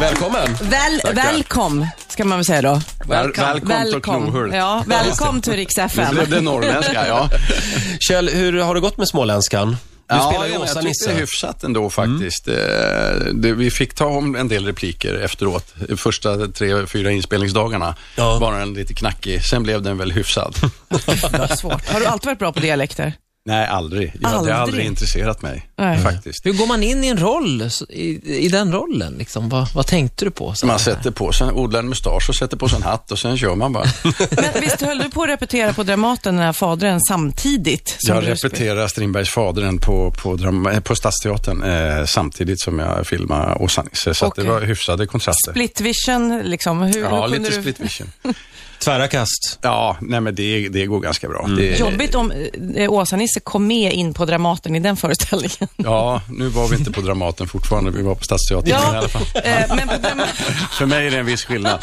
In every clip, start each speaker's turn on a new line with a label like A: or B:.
A: Välkommen!
B: Väl, välkom, ska man väl säga då.
C: Välkom. Välkom till Knohult.
B: Ja, välkom till Rix
C: Nu
B: FM.
C: blev det norrländska, ja.
A: Kjell, hur har det gått med småländskan? Du spelar ju
C: jag
A: Åsa
C: tyckte det är
A: Nisse. Mm.
C: hyfsat ändå faktiskt. Eh, Det, vi fick ta om en del repliker efteråt. De Första tre, fyra inspelningsdagarna
A: Ja.
C: var den lite knackig. Sen blev den väl hyfsad.
B: Vad Svårt. Har du alltid varit bra på dialekter?
C: Nej, aldrig. Jag
B: Aldrig?
C: hade aldrig intresserat mig
B: Nej.
C: faktiskt.
D: Hur går man in i en roll, så- i, i den rollen liksom? Vad, vad tänkte du på? Så
C: Man
D: här?
C: sätter på sig, odlar en mustasch och sätter på sig en hatt och sen kör man bara.
B: Men visst höll du på att repetera på Dramaten, den här fadren, samtidigt? som
C: Jag
B: du spel-
C: repeterar Strindbergs Fadern på, på, drama, eh, på Stadsteatern eh, samtidigt som jag filmar Åsa Nisse. Så att
B: Okej.
C: det var hyfsade kontraster.
B: Split vision, liksom. Hur, hur
C: ja,
B: kunde
C: lite
B: du...
C: split vision.
A: Tvära kast.
C: Ja, nej men det, det går ganska bra. Det,
B: Jobbigt om eh, Åsa-Nisse kom med in på Dramaten i den föreställningen.
C: Ja, nu var vi inte på Dramaten fortfarande, vi var på Stadsteatern i alla fall.
B: eh, men på Dramaten...
C: För mig är det en viss
B: Eh,
C: skillnad.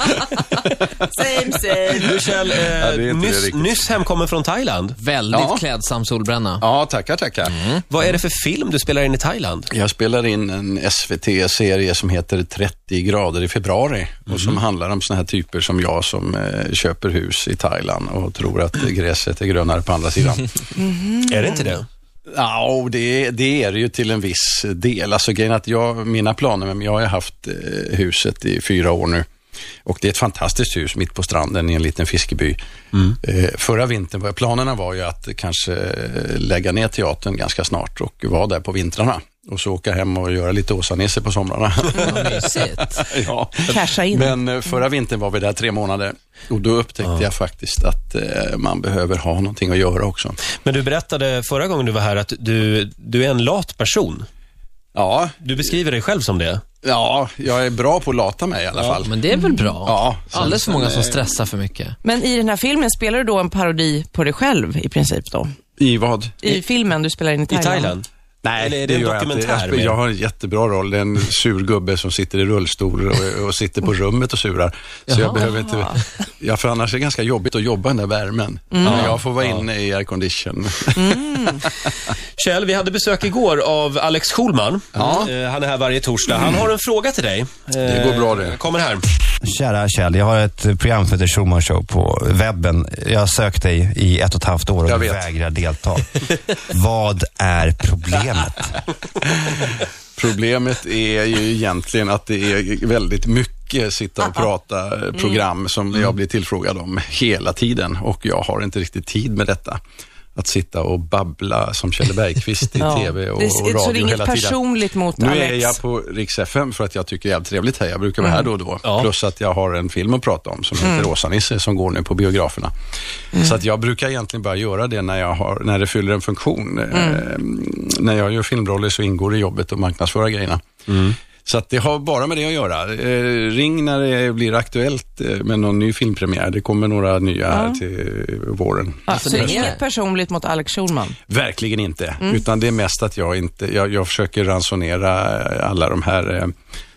B: Same, same.
A: Du Kjell, eh,
C: det är inte
A: nyss,
C: riktigt.
A: nyss hemkommen från Thailand.
D: Väldigt
C: Ja.
D: klädsam solbränna.
C: Ja, tackar, tackar.
A: Vad är det för film du spelar in i Thailand?
C: Jag spelar in en SVT-serie som heter 30 grader i februari och som handlar om sådana här typer som jag som eh, köper hus i Thailand och tror att gräset är grönare på andra sidan.
A: Är det inte det?
C: Ja, och det, det är det ju till en viss del. Alltså grejen är att jag, mina planer, men jag har ju haft eh, huset i fyra år nu. Och det är ett fantastiskt hus mitt på stranden i en liten fiskeby. Eh, förra vintern, var, planerna var ju att kanske eh, lägga ner teatern ganska snart och vara där på vintrarna. Och så åka hem och göra lite Åsa-Nisse på somrarna.
D: Vad mysigt.
C: ja.
B: Casha in.
C: Men eh, förra vintern var vi där tre månader och då upptäckte jag faktiskt att eh, man behöver ha någonting att göra också.
A: Men du berättade förra gången du var här att du, du är en lat person.
C: Ja,
A: Du beskriver dig själv som det.
C: Ja, jag är bra på att lata mig i alla fall.
D: Men det är väl bra?
C: Ja, sen-
D: Alldeles för många
C: sen,
D: som
C: eh,
D: stressar för mycket.
B: Men i den här filmen spelar du då en parodi på dig själv i princip då?
C: I vad?
B: I, filmen du spelar in i
A: I
B: Thailand?
A: Thailand.
C: Nej,
A: Eller är det en
C: gör jag inte.
A: dokumentär
C: Jag,
A: mer?
C: sp- jag har en jättebra roll. Det är En sur gubbe som sitter i rullstol och, och sitter på rummet och surar. Så jag behöver inte... Ja, för annars är det ganska jobbigt att jobba i den där värmen.
A: Mm.
C: Men jag får vara inne i aircondition.
A: Kjell, vi hade besök igår av Alex Schulman.
C: Ja. Mm.
A: Eh, Han är här varje torsdag. Han har en fråga till dig. Eh,
C: Det går bra det.
A: Kommer här.
E: Kära Kjell, jag har ett program som heter Schumann Show på webben. Jag har sökt dig i ett och ett halvt år
C: Jag
E: och du
C: vet.
E: vägrar delta. Vad är problemet?
C: Problemet är ju egentligen att det är väldigt mycket sitta och prata
B: Mm.
C: eh, program som jag blir tillfrågad om hela tiden och jag har inte riktigt tid med detta. Att sitta och babbla som Kjell Bergqvist i tv och,
B: Det-
C: och radio
B: Så det är inget
C: hela tiden.
B: personligt mot
C: Nu
B: Alex? Mm.
C: är jag på Rix FM för att jag tycker det är jävligt trevligt här. Jag brukar vara här då och då.
A: Ja.
C: Plus att jag har en film att prata om som heter Åsa-Nisse som går nu på biograferna. Så att jag brukar egentligen bara göra det när, jag har, när det fyller en funktion. Ehm, när jag gör filmroller så ingår det i jobbet att marknadsföra grejerna. Så att det har bara med det att göra. Eh, ring när det blir aktuellt eh, med någon ny filmpremiär. Det kommer några nya här till eh, våren.
B: Ja, så det är
D: Förresten.
B: inget personligt mot Alex Schulman?
C: Verkligen inte, utan det är mest att jag inte, jag, jag försöker ransonera eh, alla de här eh,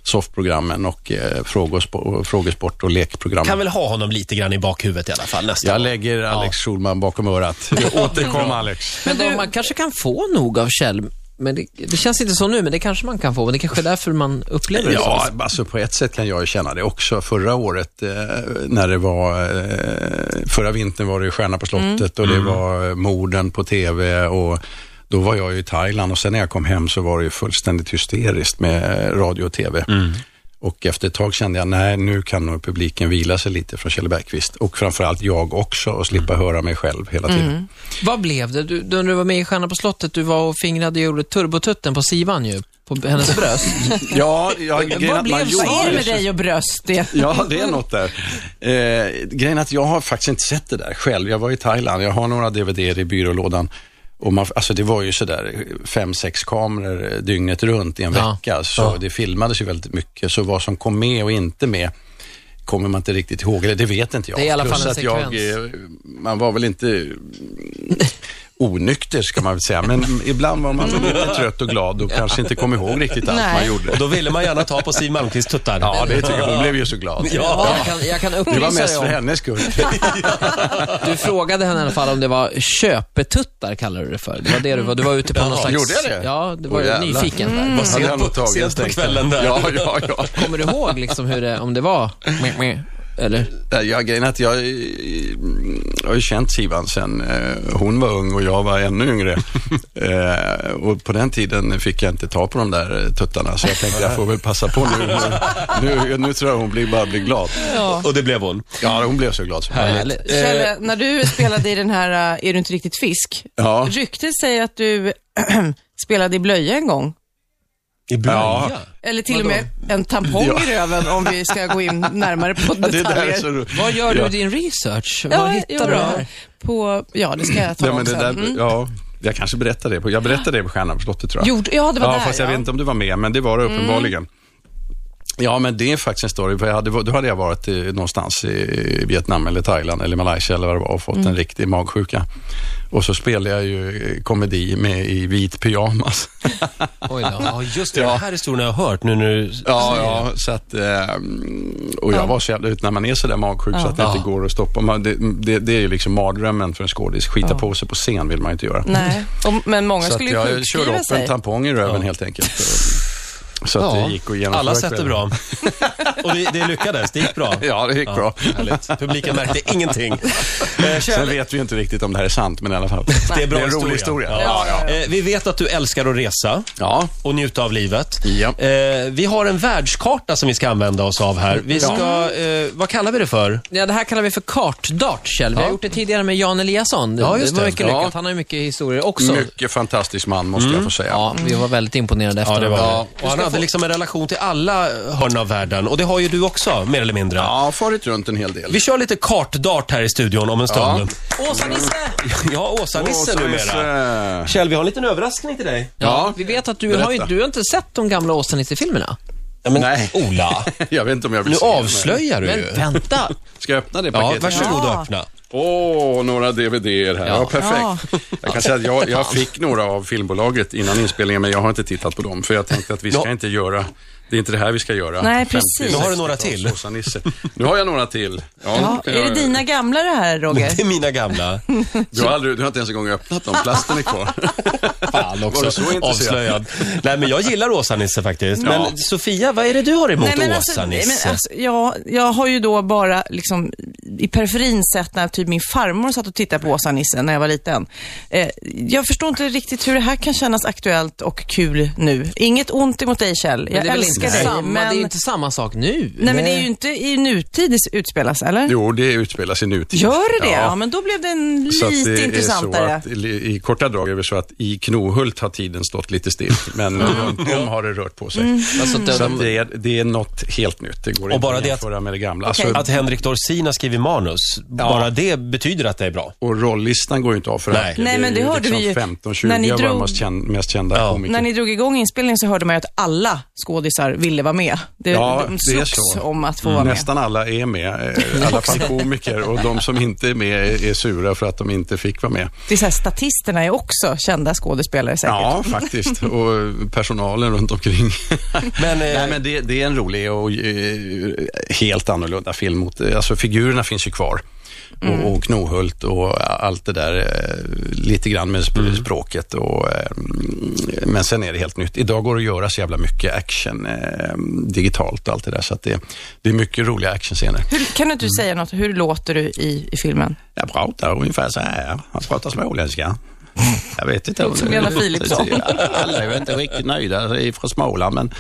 C: soffprogrammen och eh, frågesport, frågesport och lekprogrammen.
A: Kan väl ha honom lite grann i bakhuvudet i alla fall nästa
C: Jag
A: gång.
C: lägger Alex Schulman bakom örat. Återkom Alex.
D: Men då, man kanske kan få nog av Kjell. Men det, det känns inte så nu, men det kanske man kan få. Men det kanske är därför man upplever det
C: Ja,
D: så.
C: alltså på ett sätt kan jag ju känna det också. Förra året eh, när det var, eh, förra vintern var det ju Stjärna på slottet och det var eh, morden på tv och då var jag ju i Thailand och sen när jag kom hem så var det ju fullständigt hysteriskt med eh, radio och tv. Och efter ett tag kände jag, nej nu kan nog publiken vila sig lite från Kjell Bergqvist och framförallt jag också och slippa höra mig själv hela tiden.
D: Vad blev det? Du, du, när du var med i Stjärna på slottet, du var och fingrade och gjorde turbotutten på Sivan ju. På hennes bröst.
C: Ja, jag, grejen
D: Vad
C: att
D: blev
C: man
D: så?
C: gjorde
B: Vad är det
C: det
B: med dig och bröst? Det?
C: Ja, det är något där. Eh, grejen är att jag har faktiskt inte sett det där själv. Jag var i Thailand, jag har några DVD i byrålådan. Och man, alltså det var ju sådär fem, sex kameror dygnet runt i en
D: Ja.
C: vecka. Så det filmades ju väldigt mycket. Så vad som kom med och inte med kommer man inte riktigt ihåg. Eller det vet inte jag. eh,
D: Det är i alla fall
C: Plus
D: en
C: att jag,
D: sekvens.
C: eh, Man var väl inte mm, onykter ska man väl säga, men ibland var man lite trött och glad och kanske inte kom ihåg riktigt allt
B: Nej.
C: man gjorde.
A: Och då ville man gärna ta på Siw Malmkvists tuttar.
C: Ja, det tycker jag. Hon blev ju så glad.
A: Ja.
D: Jag kan, jag kan
C: Det var
D: upplysa dig
C: mest för
D: om.
C: hennes skull.
D: Du frågade henne i alla fall om det var köpetuttar, kallade du det för. Det var det du var. Du var ute på någon slags...
C: Gjorde jag det?
D: Ja, du var
C: Åh,
D: ju
C: jävlar. Mm.
D: nyfiken. där.
A: Vad
C: Hade jag
A: sent
C: nog
A: på,
C: tagit,
A: sent på
C: tänkte jag.
A: kvällen där.
C: Ja, ja, ja.
D: Kommer du ihåg liksom hur det, om det var... meh, meh, Eller?
C: Nej, Jag, grejen är att jag, eh, har ju känt Sivan sen eh, hon var ung och jag var ännu yngre. eh, och på den tiden fick jag inte ta på de där eh, tuttarna så jag tänkte jag får väl passa på nu. Nu, nu, nu tror jag hon blir, bara blir glad.
A: Och det blev hon.
C: Ja, hon blev så glad som möjligt.
D: Härligt. Eh,
B: Kjell, när du spelade i den här eh, Är du inte riktigt fisk?
C: Ja.
B: Ryktet säger att du spelade i blöja en gång.
C: Ja,
B: Eller till och med en tampong
C: Ja.
B: i röven om vi ska gå in närmare på
C: det där är
B: detaljer.
C: så roligt.
D: Vad gör du
C: Ja.
D: i din research?
B: Ja,
D: Vad hittar du
B: jo då.
D: här?
B: På, ja, det ska jag ta
C: Ja, men
B: om
C: det
B: sen.
C: där,
B: Mm.
C: ja, jag kanske berättar det. på- Jag berättade det på Stjärnan på slottet tror jag.
B: Gjorde- ja, det var
C: ja,
B: där,
C: Fast jag
B: ja. Mm.
C: vet inte om du var med, men det var det uppenbarligen. Ja, men det är faktiskt en story. För jag hade, då hade jag varit i, någonstans i Vietnam eller Thailand eller Malaysia eller vad det var och fått
B: Mm.
C: en riktig magsjuka. Och så spelade jag ju eh, komedi med i vit pyjamas.
D: Oj då.
A: Ja, just det. Den här historien har jag hört nu när du...
C: Ja, ja, så att, eh, och jag var så jävla ut när man är så där magsjuk så att det inte går att stoppa. Man, det, det, det är ju liksom mardrömmen för en skådis. Skita på sig på scen vill man ju inte göra.
B: Nej, och, men många
C: Så att
B: skulle ju
C: jag körde
B: sjukskriva
C: upp en
B: sig.
C: tampong i röven helt enkelt. Så att det gick att genomföra
A: Alla sätt är
C: kvällen.
A: bra. Och det, det lyckades. Det gick bra.
C: Ja, det gick bra.
A: Härligt. Publiken märkte ingenting. Eh,
C: Sen
A: Kjell,
C: vet vi inte riktigt om det här är sant, men i alla fall.
A: det är, bra
C: en rolig historia.
A: Ja.
C: ja.
A: Eh, Vi vet att du älskar att resa.
C: ja.
A: och njuta av livet.
C: Ja.
A: Eh, vi har en världskarta som vi ska använda oss av här. Vi ska, eh, vad kallar vi det för?
D: Ja, det här kallar vi för kartdart, Kjell. Vi har gjort det tidigare med Jan Eliasson. Det,
A: Ja, just
D: var
A: det.
D: mycket
A: Ja.
D: lyckat. Han har ju mycket historier också.
C: Mycket fantastisk man, måste
A: Mm.
C: jag få säga.
D: Ja, vi var väldigt imponerade efter
A: Ja, det var
D: honom.
A: det. Och han hade liksom en relation till alla hörn av världen. Och det har ju du också, mer eller mindre.
C: Ja, farit runt en hel del.
A: Vi kör lite kartdart här i studion om en stund.
D: Åsa-Nisse!
A: Ja, Åsa-Nisse
C: Åsa
A: numera.
C: Nisse.
A: Kjell, vi har en liten överraskning till dig.
D: Ja, vi vet att du har, ju,
C: berätta.
D: du har inte sett de gamla Åsa-Nisse-filmerna.
A: Ja, men,
C: Nej.
A: Ola,
C: Jag vet inte om jag vill
A: nu
C: se den här.
A: avslöjar du ju.
D: Men vänta!
C: Ska jag öppna det
A: Ja,
C: paketet?
A: varsågod och
B: Ja.
A: öppna.
C: Åh, några DVD-er här. Ja, perfekt. Jag kan säga att jag, jag fick några av filmbolaget innan inspelningen, men jag har inte tittat på dem, för jag tänkte att vi ska
A: Ja.
C: inte göra... Det är inte det här vi ska göra.
B: Nej,
C: 50,
B: precis.
A: Nu har du några
C: 60-tals
A: till.
C: Åsa-Nisse. Nu har jag några till. Ja,
B: Ja,
C: nu kan
B: är det
C: jag-
B: dina gamla det här, Roger?
A: Det är mina gamla.
C: Du har, aldrig, du har inte ens en gång öppnat dem. Plasten är kvar. Var
A: Fan
C: du
A: också,
C: så intresserad?
A: avslöjad. Nej, men jag gillar Åsa-Nisse faktiskt. Men Sofia, vad är det du har emot
B: nej,
A: Åsa-Nisse?
B: men alltså, ja, jag har ju då bara liksom i periferin sett när typ min farmor satt och tittade på Åsa-Nisse när jag var liten. Eh, jag förstår inte riktigt hur det här kan kännas aktuellt och kul nu. Inget ont emot dig Kjell, jag
D: Men det är väl
B: älskar
D: inte
B: dig.
D: samma,
B: men...
D: Det är inte samma sak nu.
B: Nej, men det är ju inte i nutid det utspelas, eller?
C: Jo, det utspelas i nutid.
B: Gör det det? Ja. men då blev den
C: Så att
B: lite
C: det Är så
B: intressantare.
C: att, i, I korta drag är det så att i Knohult har tiden stått lite still, men runt om har det rört på sig.
B: Mm.
D: Alltså, de-
C: Så att det, är, det är något helt nytt. Det går inte
A: bara
C: att
A: det att-
C: jämföra med det gamla.
B: Okej.
C: Alltså,
A: Att Henrik Dorsin har skrivit manus, bara det betyder att det är bra.
C: och rolllistan går ju inte av för
A: Nej.
C: alltid.
B: Nej, men det
C: är
B: hörde vi ju.
C: liksom 15-20
B: När ni
C: av våra
B: drog-
C: mest, känd, mest kända
A: Ja.
C: komiker.
B: När ni drog igång inspelningen så hörde man ju att alla skådisar ville vara med. Det,
C: Ja,
B: de
C: det är
B: slogs
C: så. Mm.
B: om att få vara med.
C: Nästan alla är med, eh, i alla fall komiker. Och de som inte är med är- är sura för att de inte fick vara med.
B: Det är så här, statisterna är också kända skådespelare säkert.
C: Ja, faktiskt. Och personalen runt omkring.
A: Men, eh,
C: Nej, men det, det är en rolig och eh, helt annorlunda film. Mot, alltså, figurerna finns ju kvar. Och, och Knohult och allt det där, eh, lite grann med sp- språket. Och, eh, men sen är det helt nytt. Idag går det att göra så jävla mycket action eh, digitalt och allt det där. Så att det, det är mycket roliga actionscener.
B: Hur, kan du inte säga något? Hur låter du i, i filmen?
C: Jag pratar ungefär så här. Jag pratar småländska. Jag vet inte.
B: Som Lena Philipsson.
C: Alla är ju inte riktigt nöjda i- från Småland, men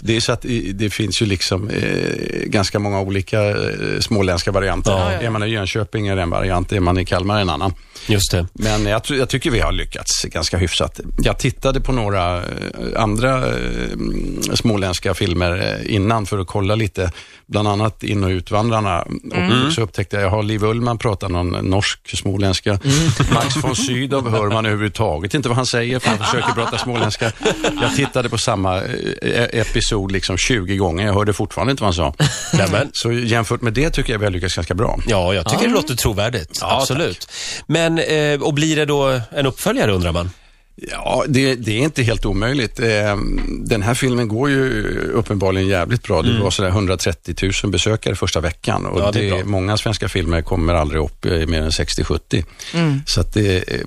C: det är så att i- det finns ju liksom eh, ganska många olika eh, småländska varianter.
A: Ja.
C: Är man i Jönköping är det en variant, är man i Kalmar är en annan.
A: Just det.
C: Men jag, ty- jag tycker vi har lyckats ganska hyfsat. Jag tittade på några eh, andra eh, mm, småländska filmer eh, innan för att kolla lite, bland annat In och utvandrarna. Och så upptäckte jag, jag har Liv Ullman pratar någon norsk småländska. Max von Sydow hör man han överhuvudtaget inte vad han säger, för han försöker prata småländska. Jag tittade på samma eh, episod liksom 20 gånger, jag hörde fortfarande inte vad han sa.
A: Nämen.
C: Så jämfört med det tycker jag vi har lyckats ganska bra.
A: Ja, jag tycker det låter trovärdigt. Absolut. Men, eh, och blir det då en uppföljare undrar man?
C: Ja, det, det är inte helt omöjligt. Eh, Den här filmen går ju uppenbarligen jävligt bra. Det var sådär 130 000 besökare första veckan och
A: Mm. Ja, det är
C: det
A: bra.
C: många svenska filmer kommer aldrig upp i mer än 60-70.
A: Mm.
C: Så att det eh,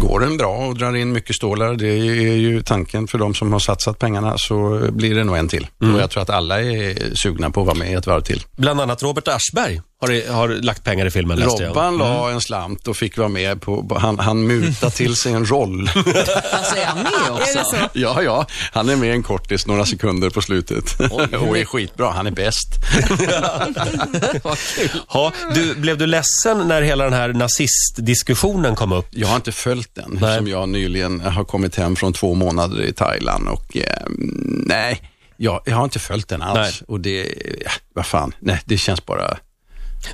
C: går den bra och drar in mycket stålar. Det är ju tanken för de som har satsat pengarna så blir det nog en till.
A: Mm.
C: Och jag tror att alla är sugna på att vara med i ett varv till.
A: Bland annat Robert Aschberg har, har lagt pengar i filmen, läste jag. Mm.
C: Robban la en slant och fick vara med på, på- han, han mutade till sig en roll.
D: Alltså, är han med
B: Är det
D: också?
B: så?
C: Ja, ja. Han är med en kortis några sekunder på slutet. och är skitbra. Han är bäst.
D: Vad kul.
A: Ja, du, blev du ledsen när hela den här nazistdiskussionen kom upp?
C: Jag har inte följt den
A: Nej.
C: som jag nyligen har kommit hem från två månader i Thailand och eh, nej, jag, jag har inte följt den alls.
A: Nej.
C: Och det, ja, vad fan, nej, det känns bara
A: Det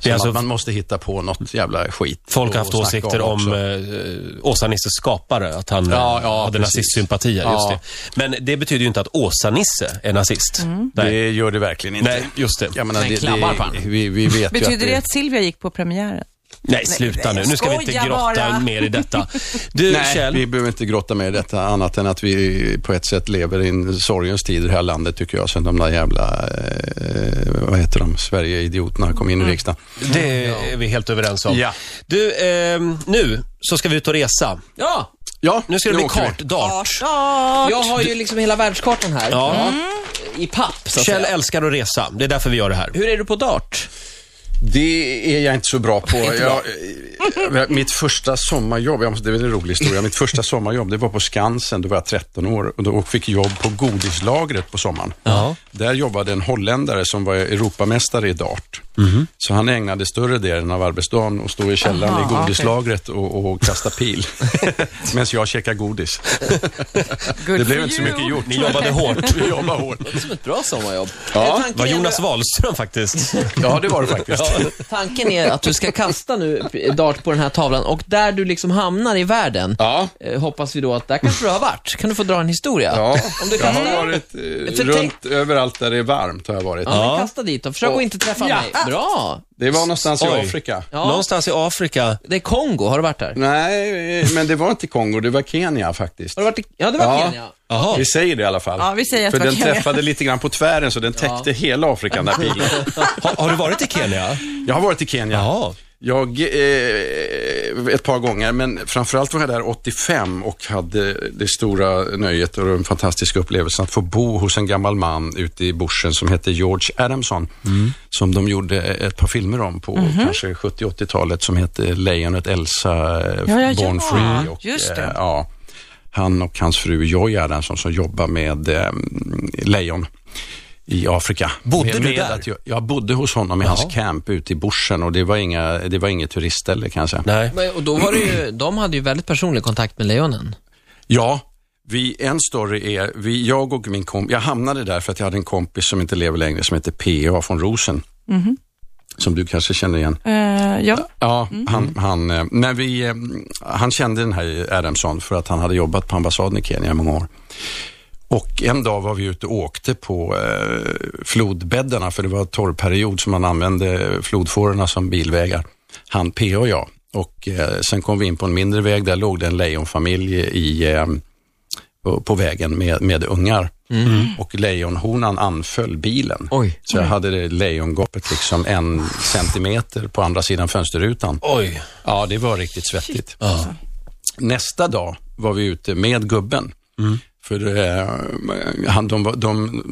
C: som
A: är alltså-
C: att man måste hitta på något jävla skit.
A: Folk har haft
C: att snacka
A: åsikter om
C: också.
A: eh, Åsa-Nisses skapare, att han eh,
C: Ja, ja,
A: hade
C: precis.
A: nazistsympatier. Just
C: Ja.
A: det. Men det betyder ju inte att Åsa-Nisse är nazist.
B: Mm.
A: Nej.
C: Det gör det verkligen inte.
A: Nej, just det.
C: Jag menar,
D: Men
C: det,
D: klabbar på
C: det,
D: han.
C: vi, vi vet ju
B: Betyder
C: att
B: det att Silvia gick på premiären?
A: Nej, sluta nu. Nu ska vi inte
B: skoja
A: grotta
B: bara.
A: mer i detta. Du,
C: Nej,
A: Kjell.
C: vi behöver inte grotta med detta annat än att vi på ett sätt lever i en sorgens tid i det här landet tycker jag. Sen de där jävla, eh, vad heter de, Sverige-idioterna kom in
A: Mm.
C: i riksdagen.
A: Det är vi helt överens om.
C: Ja.
A: Du, ehm, nu så ska vi ut och resa.
D: Ja,
C: Ja,
A: Nu ska det bli
C: åker vi.
A: kartdart.
D: jag har ju liksom hela världskartan här.
A: Ja.
B: Mm.
D: I papp, så att
A: Kjell
D: säga.
A: älskar att resa. Det är därför vi gör det här.
D: Hur är du på dart?
C: Det är jag inte så bra på. jag, eh, mitt första sommarjobb, jag måste, det är väl en rolig historia, mitt första sommarjobb det var på Skansen, då var jag 13 år och då fick jobb på godislagret på sommaren. Där jobbade en holländare som var Europamästare i dart. Så han ägnade större delen av arbetsdagen och stod i källaren i godislagret och, och kasta pil. Medan jag checkade godis.
B: Good
C: det blev
B: for
C: inte så
B: you.
C: mycket gjort.
A: Ni jobbade hårt.
C: Vi jobbade hårt.
D: Som ett bra sommarjobb. Eh,
C: Ja,
D: tanken,
A: var
D: är
A: Jonas
D: ändå-
A: Wahlström faktiskt.
C: Ja, det var det faktiskt.
D: tanken är att du ska kasta nu dart på den här tavlan och där du liksom hamnar i världen,
C: Ja.
D: eh, hoppas vi då att där kanske du har varit. Kan du få dra en historia?
C: Ja,
D: Om du
C: jag
D: kastar,
C: har varit eh,
D: För tänk-
C: runt överallt där det är varmt. Har jag varit.
D: ja, men kasta dit och försök att inte träffa mig. Bra!
C: Det var någonstans
A: Oj.
C: i Afrika.
D: Ja.
A: Någonstans i Afrika.
D: Det är Kongo, har du varit där?
C: Nej, eh, men det var inte Kongo, det var Kenya faktiskt.
D: Har du varit i... Ja, det var
C: Ja.
D: Kenya.
A: Jaha.
C: Vi säger det i alla fall.
B: Ja, vi säger att
C: För
B: det var
C: den
B: Kenya.
C: träffade lite grann på tvären, så den täckte hela Afrika, den där pilen.
A: Har, har du varit i Kenya?
C: Jag har varit i Kenya.
A: Jaha.
C: Jag, eh, ett par gånger, men framförallt var jag där 85 och hade det stora nöjet och den fantastiska upplevelsen att få bo hos en gammal man ute i bushen som hette George Adamson.
B: Mm.
C: Som de gjorde ett par filmer om på
B: Mhm.
C: kanske 70-80-talet som hette Lejonet, Elsa, eh,
B: Ja, ja,
C: Born
B: ja.
C: Free. Och,
B: Just det.
C: eh, ja, han och hans fru Joy Adamson som jobbar med eh, lejon i Afrika.
A: Bodde
C: med,
A: du
C: med
A: där?
C: Att jag, jag bodde hos honom i hans camp ute i bushen och det var, inga, det var inget turistställe kan jag säga.
A: Nej.
D: Men, och då var det ju, de hade ju väldigt personlig kontakt med lejonen.
C: Ja, vi, en story är, vi, jag och min kompis, jag hamnade där för att jag hade en kompis som inte lever längre som heter P.A. från Rosen. Som du kanske känner igen.
B: Eh, ja.
C: Ja, han, han, eh, men vi, eh, han kände den här Adamson för att han hade jobbat på ambassaden i Kenya i många år. Och en dag var vi ute och åkte på eh, flodbäddarna, för det var torrperiod som man använde flodfårorna som bilvägar. Han, P och jag. Och eh, sen kom vi in på en mindre väg, där låg det en lejonfamilj i, eh, på, på vägen med, med ungar. Och lejonhonan anföll bilen.
D: Oj.
C: Så jag hade det lejongapet liksom en centimeter på andra sidan fönsterrutan.
A: Oj.
C: Ja, det var riktigt svettigt. Nästa dag var vi ute med gubben. För eh, han, de, var- de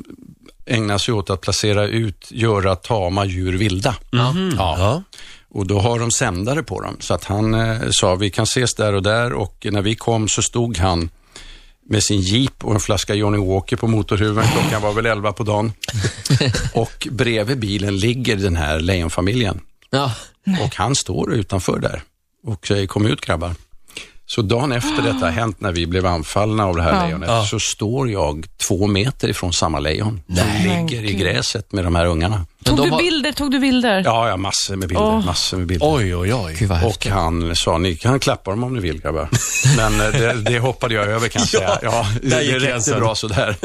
C: ägnar sig åt att placera ut, göra tama djur vilda. Ja.
A: Mm. Ja.
C: Och då har de sändare på dem. Så att han eh, sa, vi kan ses där och där och när vi kom så stod han med sin jeep och en flaska Johnny Walker på motorhuven. Klockan var väl 11 på dagen. och bredvid bilen ligger den här lejonfamiljen.
D: Ja.
C: Och han står utanför där och säger kom ut grabbar. Så dagen efter detta har hänt, när vi blev anfallna av det här
B: Ja.
C: lejonet,
A: Ja.
C: så står jag två meter ifrån samma lejon. Som
B: Men
C: ligger i
B: gud.
C: gräset med de här ungarna.
D: Men
B: Tog
D: de
B: du
D: har-
B: bilder? Tog du bilder?
C: Ja, ja massor med bilder.
B: Åh.
C: Massor med bilder.
A: Oj, oj, oj.
D: Gud vad
C: Och
D: häftigt.
C: han sa, ni kan klappa dem om ni vill grabbar. Men eh, det, det hoppade jag över kan jag
A: Ja,
C: säga. Ja,
A: där gick
C: det räckte
A: gränsen.
C: bra sådär.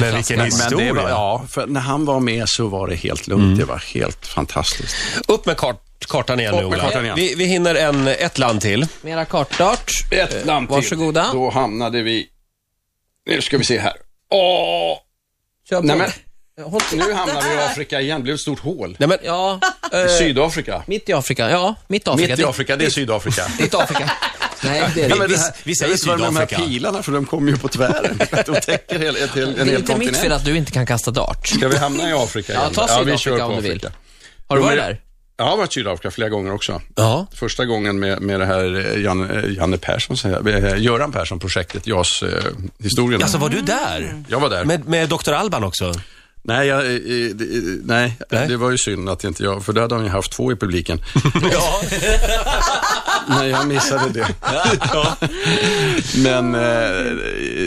A: Men vilken historia.
C: var, ja, för när han var med så var det helt lugnt. Det var helt fantastiskt.
A: Upp med kart, kartan igen
C: Upp
A: nu,
C: med
A: Ola.
C: kartan igen.
A: Vi, vi hinner en, ett land till.
D: Mera kartart.
C: Ett namn till.
D: varsågoda.
C: Då hamnade vi... Nu ska vi se här. Åh!
D: Kör på.
C: Nej, men,
D: Håll-
C: nu hamnar vi i Afrika igen. Det blev ett stort hål.
A: Nej, men,
D: Ja,
C: I
D: eh,
C: Sydafrika.
D: mitt i Afrika. Ja, mitt Afrika.
C: Mitt i Afrika, det är Sydafrika.
D: Mitt Afrika. Nej, det är det
C: men
D: inte.
A: vi-
C: det här-
A: vi säger
C: jag vet inte vad det är med De
A: Sydafrika.
C: här pilarna, för de kommer ju på tvären. De täcker hel, ett, hel, en
D: Det är
C: hel
D: inte mitt fel
C: kontinent.
D: att du inte kan kasta dart.
C: Ska vi hamna i Afrika
D: Ja,
C: igen?
D: ta Sydafrika
C: vi kör på
D: om du vill.
C: Afrika.
D: Har du
C: Jo, men
D: varit
C: jag-
D: där?
C: Jag har varit i Sydafrika flera gånger också.
A: ja.
C: Första gången med, med det här eh, Jan, eh, Janne Persson, säger jag. Eh, Göran Persson-projektet, JAS-historien.
A: Alltså, var du där?
C: jag var där.
A: Med, med Dr. Alban också?
C: Nej, jag, eh, eh, det- eh, nej,
A: Nej.
C: det var ju synd att inte jag, för då hade han ju haft två i publiken.
A: Ja.
C: nej, jag missade det. Men eh,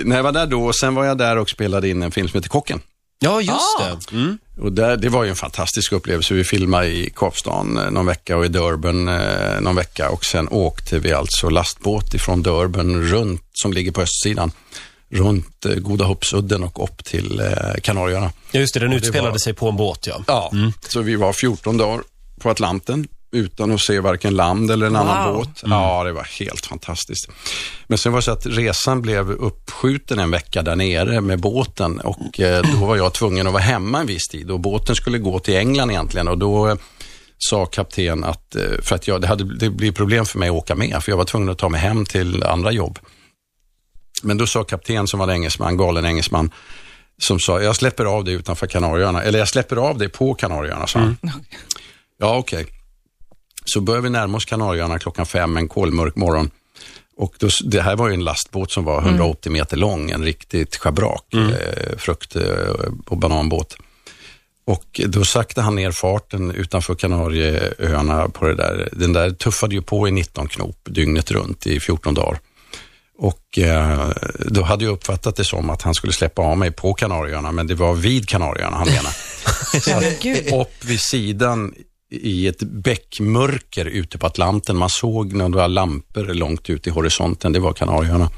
C: när jag var där då, och sen var jag där och spelade in en film som heter Kocken.
A: Ja, just det. Mm.
C: Och där, det var ju en fantastisk upplevelse. Vi filmade i Kapstaden eh, någon vecka och i Durban eh, någon vecka och sen åkte vi alltså lastbåt ifrån Durban runt, som ligger på östsidan, runt eh, Goda Hoppsudden och upp till eh, Kanarieöarna.
A: Just det, den utspelade
C: var-
A: sig på en båt, ja.
C: Ja, så vi var 14 dagar på Atlanten utan att se varken land eller en annan
B: Wow.
C: båt. Ja, det var helt fantastiskt. Men sen var det så att resan blev uppskjuten en vecka där nere med båten och eh, då var jag tvungen att vara hemma en viss tid och båten skulle gå till England egentligen och då eh, sa kapten att, eh, för att jag, det, hade, det blir problem för mig att åka med, för jag var tvungen att ta mig hem till andra jobb. Men då sa kapten som var en engelsman, galen engelsman, som sa, jag släpper av dig utanför Kanarieöarna, eller jag släpper av dig på Kanarieöarna, sa han. Ja, okej. Så börjar vi närma oss Kanarieöarna klockan fem en kolmörk morgon. Och då, s- det här var ju en lastbåt som var 180 meter lång, en riktigt schabrak eh, frukt eh, och bananbåt. Och då sakta han ner farten utanför Kanarieöarna på det där. Den där tuffade ju på i 19 knop dygnet runt i 14 dagar. Och eh, då hade jag uppfattat det som att han skulle släppa av mig på Kanarieöarna, men det var vid Kanarieöarna han menade.
B: Men gud.
C: upp vid sidan i ett bäckmörker ute på Atlanten. Man såg några lampor långt ut i horisonten, det var Kanarieöarna.